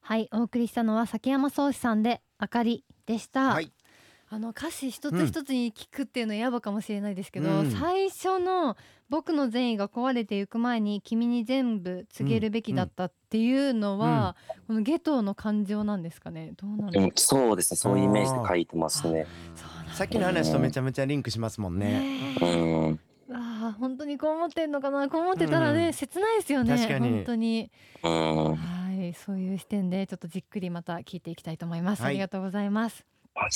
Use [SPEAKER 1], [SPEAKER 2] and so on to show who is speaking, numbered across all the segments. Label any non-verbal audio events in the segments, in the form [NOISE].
[SPEAKER 1] はいお送りしたのは崎山壮志さんで「あかり」でした、
[SPEAKER 2] はい
[SPEAKER 1] あの歌詞一つ一つに聞くっていうのやばかもしれないですけど、
[SPEAKER 2] うん
[SPEAKER 1] 最初の「僕の善意が壊れていく前に君に全部告げるべきだった」っていうのは、このゲトの感情なんですかねどうなん
[SPEAKER 3] で
[SPEAKER 1] で
[SPEAKER 3] もそうですねそういうイメージで書いてますね。
[SPEAKER 1] すか
[SPEAKER 2] さっきの話とめちゃめちゃリンクしますもんね。
[SPEAKER 1] ね
[SPEAKER 3] う
[SPEAKER 1] え
[SPEAKER 3] ん
[SPEAKER 1] ああ本当にこう思ってんのかなこう思ってたらね、
[SPEAKER 2] うん
[SPEAKER 1] 切ないですよね
[SPEAKER 2] 確かに
[SPEAKER 1] 本当に
[SPEAKER 3] うん
[SPEAKER 1] はいそういう視点でちょっとじっくりまた聞いていきたいと思います、
[SPEAKER 2] はい
[SPEAKER 1] ありがとうございます
[SPEAKER 3] は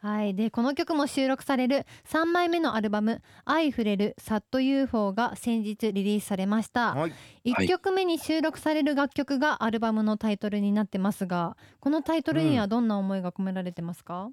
[SPEAKER 1] はい、でこの曲も収録される3枚目のアルバム「愛ふれるサット UFO」が先日リリースされました
[SPEAKER 2] はい。
[SPEAKER 3] はい
[SPEAKER 1] 1曲目に収録される楽曲がアルバムのタイトルになってますがこのタイトルにはどんな思いが込められてますか、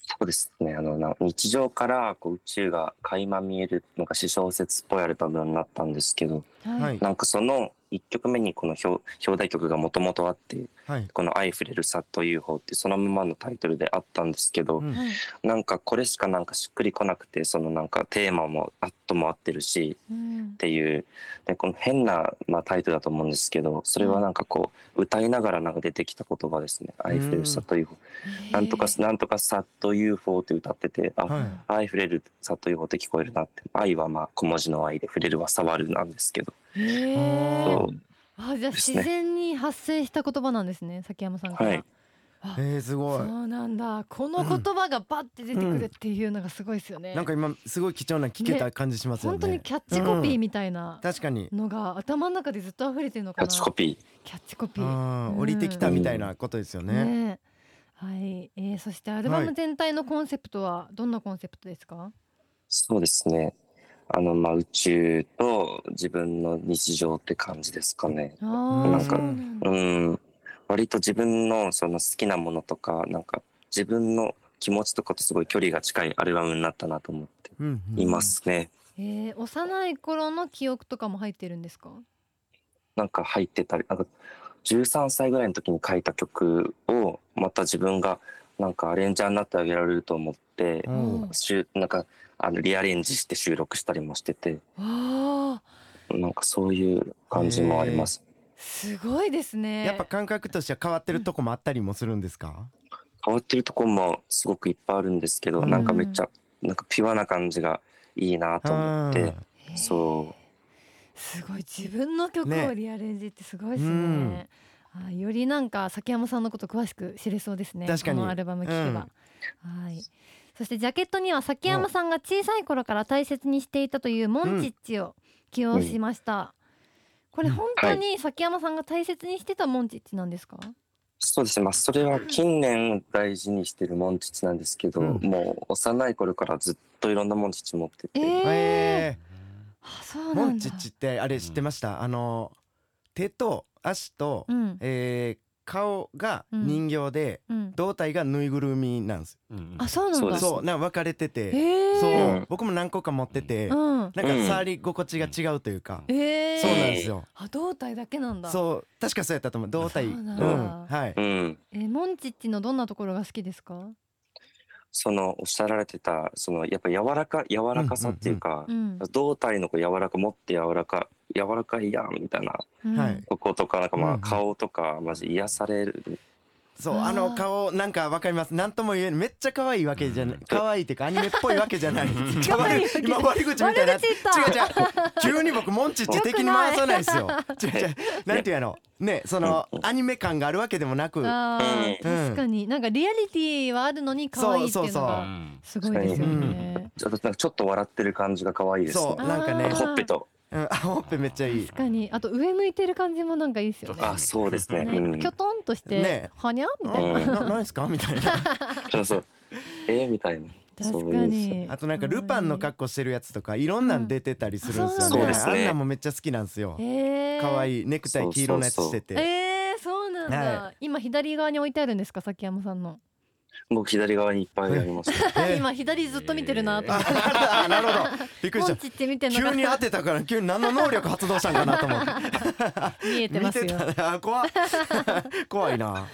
[SPEAKER 3] そうですねあのな日常からこう宇宙が垣間見えるのが詩小説っぽいアルバムになったんですけど
[SPEAKER 2] はい
[SPEAKER 3] なんかその1曲目にこの表表題曲がもともとあって
[SPEAKER 2] はい。
[SPEAKER 3] この「愛ふれるさと UFO」ってそのままのタイトルであったんですけど、
[SPEAKER 2] うん
[SPEAKER 1] はい
[SPEAKER 3] なんかこれしかなんかしっくりこなくてそのなんかテーマもあっとも合ってるし
[SPEAKER 1] うん
[SPEAKER 3] っていうでこの変な、まあ、タイトルだと思うんですけどそれはなんかこう歌いながらなんか出てきた言葉ですね「愛ふれるさと UFO」なんとか
[SPEAKER 1] へー
[SPEAKER 3] なんとかさと UFO って歌っててあ、
[SPEAKER 2] はい
[SPEAKER 3] 愛触れるさという方って聞こえるなって愛はまあ小文字の愛で触れるは触るなんですけど、
[SPEAKER 1] へー
[SPEAKER 2] そ
[SPEAKER 3] そう
[SPEAKER 1] あじゃあ
[SPEAKER 3] です
[SPEAKER 1] 自
[SPEAKER 3] ね
[SPEAKER 1] 然に発生した言葉なんですね崎山さんから、
[SPEAKER 3] はい
[SPEAKER 1] あ
[SPEAKER 2] えー、すご
[SPEAKER 1] そ
[SPEAKER 2] い。
[SPEAKER 1] うなんだこの言葉がバッて出てくるっていうのがすごいですよね、
[SPEAKER 2] なんか今すごい貴重な聞けた感じしますよね。
[SPEAKER 1] 本当にキャッチコピーみたいな、
[SPEAKER 2] 確かに。
[SPEAKER 1] のが頭の中でずっと溢れてるのか
[SPEAKER 3] キャ
[SPEAKER 1] な
[SPEAKER 3] ッチコピ
[SPEAKER 1] キャッチコピ
[SPEAKER 2] う
[SPEAKER 1] ー
[SPEAKER 2] ん、降りてきたみたいなことですよね。
[SPEAKER 1] ねえはい、えー、そしてアルバム全体のコンセプトはどんなコンセプトですか、
[SPEAKER 3] ーそうですねあのまあ宇宙と自分の日常って感じですかね
[SPEAKER 1] あ
[SPEAKER 2] な
[SPEAKER 1] ー
[SPEAKER 3] んか
[SPEAKER 1] そうなんだ
[SPEAKER 3] うん割と自分のその好きなものとかなんか自分の気持ちとかとすごい距離が近いアルバムになったなと思って
[SPEAKER 2] うん、うん
[SPEAKER 3] いま。すね、
[SPEAKER 1] えー、幼い頃の記憶とかも入ってるんですか
[SPEAKER 3] なんか入ってたりなんか13歳ぐらいの時に書いた曲をまた自分がなんかアレンジャーになってあげられると思って
[SPEAKER 2] う、ん
[SPEAKER 3] しゅなんかあのリアレンジして収録したりもしてて
[SPEAKER 1] あー
[SPEAKER 3] なんかそういう感じもあります。
[SPEAKER 1] すごいですね
[SPEAKER 2] やっぱ感覚としては変わってるとこもあったりもするんですか。
[SPEAKER 3] 変わってるとこもすごくいっぱいあるんですけど、
[SPEAKER 2] うん
[SPEAKER 3] なんかめっちゃなんかピュアな感じがいいなと思って、
[SPEAKER 1] へー
[SPEAKER 3] そう
[SPEAKER 1] すごい自分の曲を
[SPEAKER 2] ね
[SPEAKER 1] リアレンジってすごいですね
[SPEAKER 2] うん
[SPEAKER 1] あーよりなんか崎山さんのこと詳しく知れそうですね
[SPEAKER 2] 確かに
[SPEAKER 1] このアルバム聴けば、はいそしてジャケットには崎山さんが小さい頃から大切にしていたというモンチッチを起用しました、これ
[SPEAKER 2] うん
[SPEAKER 1] 本当に崎山さんが大切にしてたモンチッチなんですか、
[SPEAKER 3] そうですね、まあ、それは近年大事にしてるモンチッチなんですけど、
[SPEAKER 2] うん
[SPEAKER 3] もう幼い頃からずっといろんなモンチッチ持ってて、
[SPEAKER 1] えー
[SPEAKER 2] え
[SPEAKER 1] あそうな
[SPEAKER 2] ー、モ
[SPEAKER 1] ん
[SPEAKER 2] ン
[SPEAKER 1] だ
[SPEAKER 2] チッチってあれ知ってました。あの手と足と、
[SPEAKER 1] うん
[SPEAKER 2] えー、顔が
[SPEAKER 1] うん
[SPEAKER 2] 人形で、
[SPEAKER 1] うん
[SPEAKER 2] 胴体がぬいぐるみなんです。
[SPEAKER 1] あそうなん
[SPEAKER 3] そう
[SPEAKER 1] だ
[SPEAKER 3] です
[SPEAKER 2] そう、なんか分かれてて。
[SPEAKER 1] えー、
[SPEAKER 2] そう、
[SPEAKER 3] うん
[SPEAKER 2] 僕も何個か持ってて、
[SPEAKER 1] うん
[SPEAKER 2] なんか触り心地が違うというか、
[SPEAKER 1] えー、
[SPEAKER 2] そうなんですよ、
[SPEAKER 1] あ胴体だけなんだ
[SPEAKER 2] そう確かそうやったと思う胴体
[SPEAKER 1] そうなんだ
[SPEAKER 2] うんはい
[SPEAKER 3] うん、
[SPEAKER 1] えーモンチッチのどんなところが好きですか？
[SPEAKER 3] そのおっしゃられてたそのやっぱ柔らか柔らかさっていうか、
[SPEAKER 1] うん、
[SPEAKER 3] 胴体のこう柔らかもって柔らか柔らかいやんみたいな
[SPEAKER 1] うん
[SPEAKER 2] はい
[SPEAKER 3] こことかなんか
[SPEAKER 2] うん
[SPEAKER 3] ま
[SPEAKER 2] う
[SPEAKER 3] あ
[SPEAKER 2] ん
[SPEAKER 3] 顔とかマジ癒される、
[SPEAKER 2] そう
[SPEAKER 1] あー
[SPEAKER 2] あの顔なんかわかりますなんとも言えないめっちゃ可愛いわけじゃない
[SPEAKER 4] うん
[SPEAKER 2] 可愛いっていうかアニメっぽいわけじゃない可
[SPEAKER 1] 可愛
[SPEAKER 2] 愛
[SPEAKER 1] い
[SPEAKER 2] い
[SPEAKER 1] わけじゃない
[SPEAKER 2] [LAUGHS] 今悪口
[SPEAKER 1] 悪
[SPEAKER 2] み
[SPEAKER 1] 口
[SPEAKER 2] たいな
[SPEAKER 1] 言っ
[SPEAKER 2] 違う
[SPEAKER 1] た。
[SPEAKER 2] 違う急に僕モンチッチ的に回さないで
[SPEAKER 1] [LAUGHS]
[SPEAKER 2] すよ違う違うなんていうのねその
[SPEAKER 3] うん
[SPEAKER 2] アニメ感があるわけでもなく
[SPEAKER 1] あー
[SPEAKER 2] うん
[SPEAKER 1] 確かになんかリアリティはあるのに可愛いっていうの
[SPEAKER 2] そう
[SPEAKER 1] がすごいですよね。
[SPEAKER 3] ちょっとなんかちょっと笑ってる感じが可愛いですね
[SPEAKER 2] そ。うなんかね
[SPEAKER 1] あー
[SPEAKER 3] ほっぺと
[SPEAKER 2] うんあほっぺめっちゃいい
[SPEAKER 1] 確かにあと上向いてる感じもなんかいいですよね。
[SPEAKER 3] あそうですね。
[SPEAKER 1] ね
[SPEAKER 3] うん、
[SPEAKER 1] きょとんとして、
[SPEAKER 2] ね
[SPEAKER 1] はにゃみたいな。
[SPEAKER 3] うん
[SPEAKER 2] ななんですかみたいな
[SPEAKER 3] そうそうえー、みたいな。そう
[SPEAKER 1] 確かに。
[SPEAKER 2] あとなんかルパンの格好してるやつとかいろんなん出てたりするんですよね。
[SPEAKER 3] うんあそうなんだそうですね
[SPEAKER 2] あんなんもめっちゃ好きなんですよ
[SPEAKER 1] え。ー、
[SPEAKER 2] 可
[SPEAKER 1] い。
[SPEAKER 2] 愛いネクタイ黄色のやつしてて。
[SPEAKER 1] えー、そうなんだ、
[SPEAKER 2] は
[SPEAKER 1] 今左側に置いてあるんですか崎山さんの、
[SPEAKER 3] 僕左側にいっぱいあります。
[SPEAKER 2] えー
[SPEAKER 1] 今左ずっと見てるなと思っ
[SPEAKER 2] あ
[SPEAKER 1] て、
[SPEAKER 2] [LAUGHS] あなるほど。びっくり
[SPEAKER 1] モ
[SPEAKER 2] し
[SPEAKER 1] ン
[SPEAKER 2] た。
[SPEAKER 1] チって見てるの
[SPEAKER 2] 急
[SPEAKER 1] が
[SPEAKER 2] に当てたから急に何の能力発動したんかなと思って。
[SPEAKER 1] [LAUGHS] 見えて
[SPEAKER 2] 見
[SPEAKER 1] ます
[SPEAKER 2] て
[SPEAKER 1] よ
[SPEAKER 2] たあ怖っ [LAUGHS] 怖いな。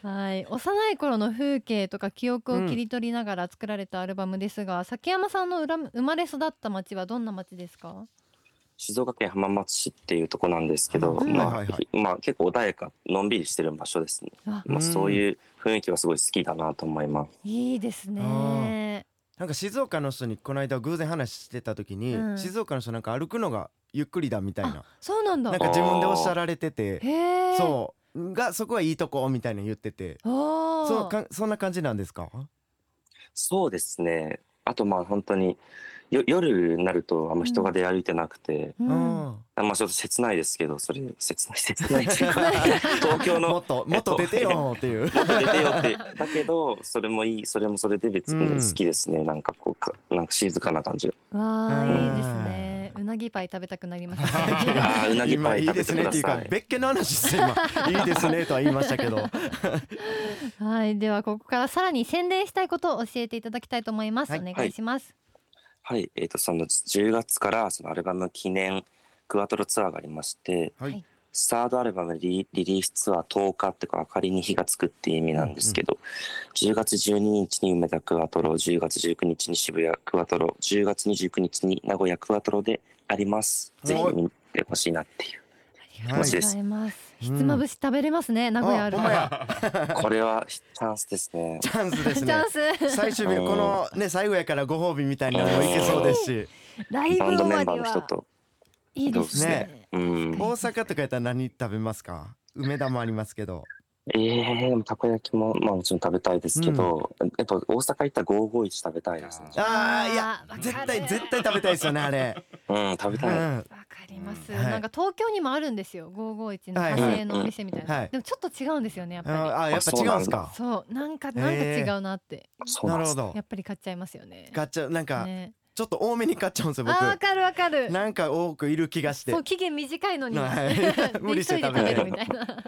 [SPEAKER 1] はい、幼い頃の風景とか記憶を切り取りながら作られたアルバムですが、崎山さんのうら生まれ育った町はどんな町ですか？
[SPEAKER 3] [LAUGHS] 静岡県浜松市っていうとこなんですけど、
[SPEAKER 1] うん
[SPEAKER 3] まあ
[SPEAKER 2] はいはいはい
[SPEAKER 3] まあ、結構穏やかのんびりしてる場所ですね、
[SPEAKER 1] あ
[SPEAKER 3] ま
[SPEAKER 2] うん
[SPEAKER 3] あ、そういう雰囲気はすごい好きだなと思います。
[SPEAKER 1] いいですね。
[SPEAKER 2] なんか静岡の人にこの間偶然話してた時に、
[SPEAKER 1] うん
[SPEAKER 2] 静岡の人なんか歩くのがゆっくりだみたいな
[SPEAKER 1] そうなんだ。
[SPEAKER 2] なんか自分でおっしゃられてて
[SPEAKER 1] へえ。
[SPEAKER 2] そうがそこはいいとこみたいなの言ってて
[SPEAKER 1] う。ああ。
[SPEAKER 2] そうかそんな感じなんですか
[SPEAKER 3] そうですねあとまあ本当によ夜になるとあんま人が出歩いてなくて、
[SPEAKER 1] う。
[SPEAKER 2] うん
[SPEAKER 3] あまあちょっと切ないですけどそれ切ない切ないっていうか [LAUGHS] 東京の
[SPEAKER 2] もっともっと出てよっていう、
[SPEAKER 3] もっと出てよってだけどそれもいいそれもそれで別に好きですね、なんかこうかなんか静かな感じが
[SPEAKER 1] わあ
[SPEAKER 2] うん
[SPEAKER 1] いいですね。うなぎパイ食べたくなりま
[SPEAKER 2] [LAUGHS]
[SPEAKER 1] したね。
[SPEAKER 3] [LAUGHS] あーうなぎ
[SPEAKER 2] 今
[SPEAKER 3] パ
[SPEAKER 2] い
[SPEAKER 3] イ
[SPEAKER 2] い
[SPEAKER 3] 食
[SPEAKER 2] で
[SPEAKER 3] べ
[SPEAKER 2] す
[SPEAKER 3] て
[SPEAKER 2] ねっ
[SPEAKER 3] くだ
[SPEAKER 2] ていう
[SPEAKER 3] さ
[SPEAKER 2] か
[SPEAKER 3] い。
[SPEAKER 2] 別件の話して今いいですねとは言いましたけど
[SPEAKER 1] はい、ではここからさらに宣伝したいことを教えていただきたいと思います。
[SPEAKER 2] はい
[SPEAKER 1] お願いします。
[SPEAKER 3] はい、えっ、とその10月からそのアルバム記念クワトロツアーがありまして、
[SPEAKER 2] はい
[SPEAKER 3] サードアルバムリリリースツアー10日ってか明かりに火がつくっていう意味なんですけど、10月12日に梅田クワトロ、10月19日に渋谷クワトロ、10月29日に名古屋クワトロであります。ぜひ見てほしいなって [LAUGHS] いう。
[SPEAKER 1] ありがとうございます。ひつまぶし食べれますね。名古屋ある
[SPEAKER 2] あほんまや
[SPEAKER 3] これはチャンスですね
[SPEAKER 2] チ。ャンスで
[SPEAKER 1] チ
[SPEAKER 2] すね
[SPEAKER 1] ャンス。
[SPEAKER 2] 最終日のこのね最後やからご褒美みたいなのもいけそうですし
[SPEAKER 1] ライブ
[SPEAKER 3] バンド
[SPEAKER 1] 終
[SPEAKER 3] メ
[SPEAKER 1] わ
[SPEAKER 3] ンバー
[SPEAKER 1] り
[SPEAKER 3] の人
[SPEAKER 1] は
[SPEAKER 3] と。
[SPEAKER 1] いいですね
[SPEAKER 2] ね。
[SPEAKER 3] [LAUGHS] うん。
[SPEAKER 2] 大阪とかやったら何食べますか梅田もありますけど
[SPEAKER 3] ええでもたこ焼きも、まあもちろん食べたいですけど、やっぱ大阪行ったら551食べたいですね。
[SPEAKER 2] あーいや
[SPEAKER 1] あーわかる
[SPEAKER 2] 絶対絶対食べたいですよねあれ、
[SPEAKER 3] うん、食べ
[SPEAKER 2] う
[SPEAKER 3] たい。
[SPEAKER 2] ん、
[SPEAKER 1] わかります、
[SPEAKER 2] はい
[SPEAKER 1] なんか東京にもあるんですよ551の
[SPEAKER 2] はい
[SPEAKER 1] 火星のお店みたいな、
[SPEAKER 2] はい
[SPEAKER 1] でもちょっと違うんですよねやっぱり、
[SPEAKER 2] ああやっぱ違うんですか
[SPEAKER 1] そうなんかなんか違うなって、
[SPEAKER 3] そう
[SPEAKER 2] な
[SPEAKER 3] なん
[SPEAKER 2] る
[SPEAKER 3] で
[SPEAKER 2] ほど
[SPEAKER 3] す。
[SPEAKER 1] やっぱり買っちゃいますよね
[SPEAKER 2] 買っちゃうなんか
[SPEAKER 1] ね
[SPEAKER 2] ちょっと多めに買っちゃうんですよ
[SPEAKER 1] あーわ
[SPEAKER 2] 僕
[SPEAKER 1] かるわかる
[SPEAKER 2] なんか多くいる気がして
[SPEAKER 1] そう期限短いのに、
[SPEAKER 2] は
[SPEAKER 1] [LAUGHS]
[SPEAKER 2] い [LAUGHS]
[SPEAKER 1] で
[SPEAKER 2] 無理して
[SPEAKER 1] 急い
[SPEAKER 2] 食
[SPEAKER 1] で
[SPEAKER 2] べ
[SPEAKER 1] 食べる
[SPEAKER 2] る
[SPEAKER 1] みたいな [LAUGHS]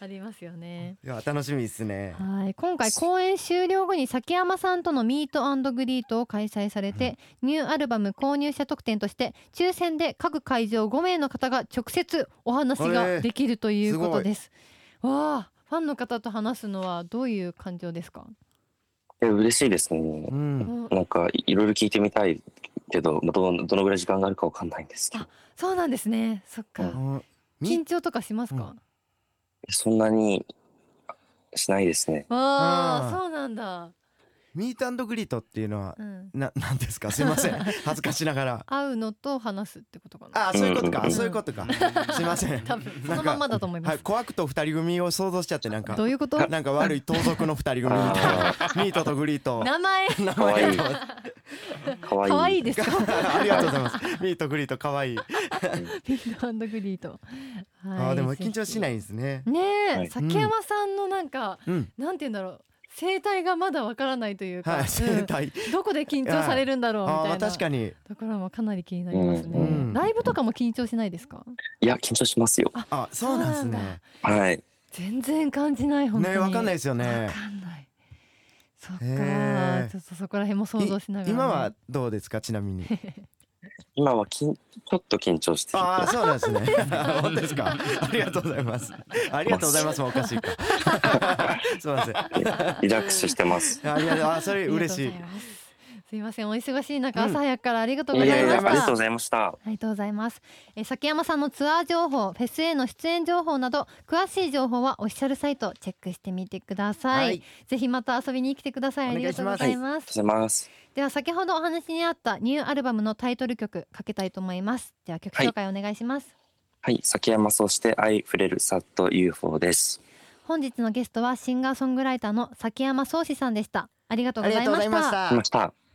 [SPEAKER 1] ありますよね
[SPEAKER 2] いや楽しみですね
[SPEAKER 1] はい今回公演終了後に崎山さんとのミートグリートを開催されて、ニューアルバム購入者特典として抽選で各会場5名の方が直接お話ができるということです。わあファンの方と話すのはどういう感情ですか、
[SPEAKER 3] え、嬉しいですね
[SPEAKER 2] う。ん
[SPEAKER 1] うん
[SPEAKER 3] なんかいいろいろ聞いてみたいけど、まあどうどのぐらい時間があるかわかんないんですけど
[SPEAKER 1] あ、そうなんですねそっか、
[SPEAKER 2] うんみ
[SPEAKER 1] 緊張とかしますか、
[SPEAKER 3] そんなにしないですね。
[SPEAKER 1] わあ
[SPEAKER 2] あー
[SPEAKER 1] そうなんだ、
[SPEAKER 2] ミートグリートっていうのは
[SPEAKER 1] うん、
[SPEAKER 2] ななんですかすい
[SPEAKER 1] [LAUGHS]
[SPEAKER 2] ません恥ずかしながら
[SPEAKER 1] 会うのと話すってことかな
[SPEAKER 2] あーそういうことか
[SPEAKER 3] うん
[SPEAKER 2] そういうこ
[SPEAKER 1] [LAUGHS]
[SPEAKER 2] とかすいません
[SPEAKER 1] 多分そのまんまだと思いま
[SPEAKER 2] はい
[SPEAKER 1] す、
[SPEAKER 2] 怖くと二人組を想像しちゃってなんか
[SPEAKER 1] どういうこと
[SPEAKER 2] なんか悪い盗賊の二人組みたい
[SPEAKER 3] あ
[SPEAKER 2] なミートとグリート
[SPEAKER 1] 名前
[SPEAKER 2] 名
[SPEAKER 3] 可愛
[SPEAKER 2] 前
[SPEAKER 3] い
[SPEAKER 2] と
[SPEAKER 1] [LAUGHS]
[SPEAKER 3] かわいい。
[SPEAKER 1] 可愛いですか
[SPEAKER 2] ありがとうございます。ミートグリート可愛い。
[SPEAKER 1] ピンクグリート。。
[SPEAKER 2] あーでも緊張しないいんですね。
[SPEAKER 1] ねえ、
[SPEAKER 3] はい
[SPEAKER 1] 崎山さんのなんか、
[SPEAKER 2] うん。
[SPEAKER 1] なんて言うんだろう。生態がまだわからないというか、
[SPEAKER 2] はい、
[SPEAKER 1] う
[SPEAKER 2] 生
[SPEAKER 1] ん
[SPEAKER 2] 態。
[SPEAKER 1] どこで緊張されるんだろうみた
[SPEAKER 2] ああ
[SPEAKER 1] い
[SPEAKER 2] ー
[SPEAKER 1] な
[SPEAKER 2] 確かに。
[SPEAKER 1] ところもかなり気になりますね、
[SPEAKER 3] うん
[SPEAKER 2] うん
[SPEAKER 1] ライブとかも緊張しないですか
[SPEAKER 3] いや、緊張しますよ。
[SPEAKER 2] あそうなんです
[SPEAKER 1] そうな
[SPEAKER 2] ね。
[SPEAKER 3] はい。
[SPEAKER 1] 全然感じない本当に
[SPEAKER 2] ねわかんないですよね
[SPEAKER 1] わ。かんないそっか、
[SPEAKER 2] へえ
[SPEAKER 1] ちょっとそこら辺も想像しながらね、
[SPEAKER 2] 今はどうですかちなみに。
[SPEAKER 3] 今はきんちょっと緊張してる。
[SPEAKER 2] ああそうなんですね。本当ですか。ありがとうございます。ありがとうございますもおかしい [LAUGHS] か。すみません。あ
[SPEAKER 3] リラックスし
[SPEAKER 2] [LAUGHS]
[SPEAKER 3] てます。
[SPEAKER 2] りがとうあそ
[SPEAKER 1] あり
[SPEAKER 2] れ
[SPEAKER 1] がとうご
[SPEAKER 2] 嬉
[SPEAKER 1] ざ
[SPEAKER 2] しい
[SPEAKER 1] い。ますすいませんお忙しい中、朝早くからありがとう
[SPEAKER 3] い
[SPEAKER 1] ご
[SPEAKER 3] や
[SPEAKER 1] ざ
[SPEAKER 3] い
[SPEAKER 1] いました
[SPEAKER 3] やいや、ありがとうございました。
[SPEAKER 1] ありがとうございます。えー、崎山さんのツアー情報、フェスへの出演情報など、詳しい情報はオフィシャルサイトをチェックしてみてください。
[SPEAKER 2] はい
[SPEAKER 1] ぜひまた遊びに来てください。あ
[SPEAKER 2] お願
[SPEAKER 1] り
[SPEAKER 2] い
[SPEAKER 1] が
[SPEAKER 2] し
[SPEAKER 1] とうご
[SPEAKER 2] ます
[SPEAKER 1] ざいます。
[SPEAKER 3] ありがとうございます。
[SPEAKER 1] では先ほどお話にあったニューアルバムのタイトル曲かけたいと思います。では曲紹介お願いします。
[SPEAKER 3] はい、崎山そして愛触れるサット UFO です。
[SPEAKER 1] 本日のゲストはシンガーソングライターの崎山壮志さんでした。ありがとう
[SPEAKER 2] あ
[SPEAKER 1] ご
[SPEAKER 2] り
[SPEAKER 1] ざ
[SPEAKER 2] が
[SPEAKER 1] い
[SPEAKER 2] とうご
[SPEAKER 1] ま
[SPEAKER 2] ざい
[SPEAKER 1] し。
[SPEAKER 2] ましたた
[SPEAKER 3] 来ま。した。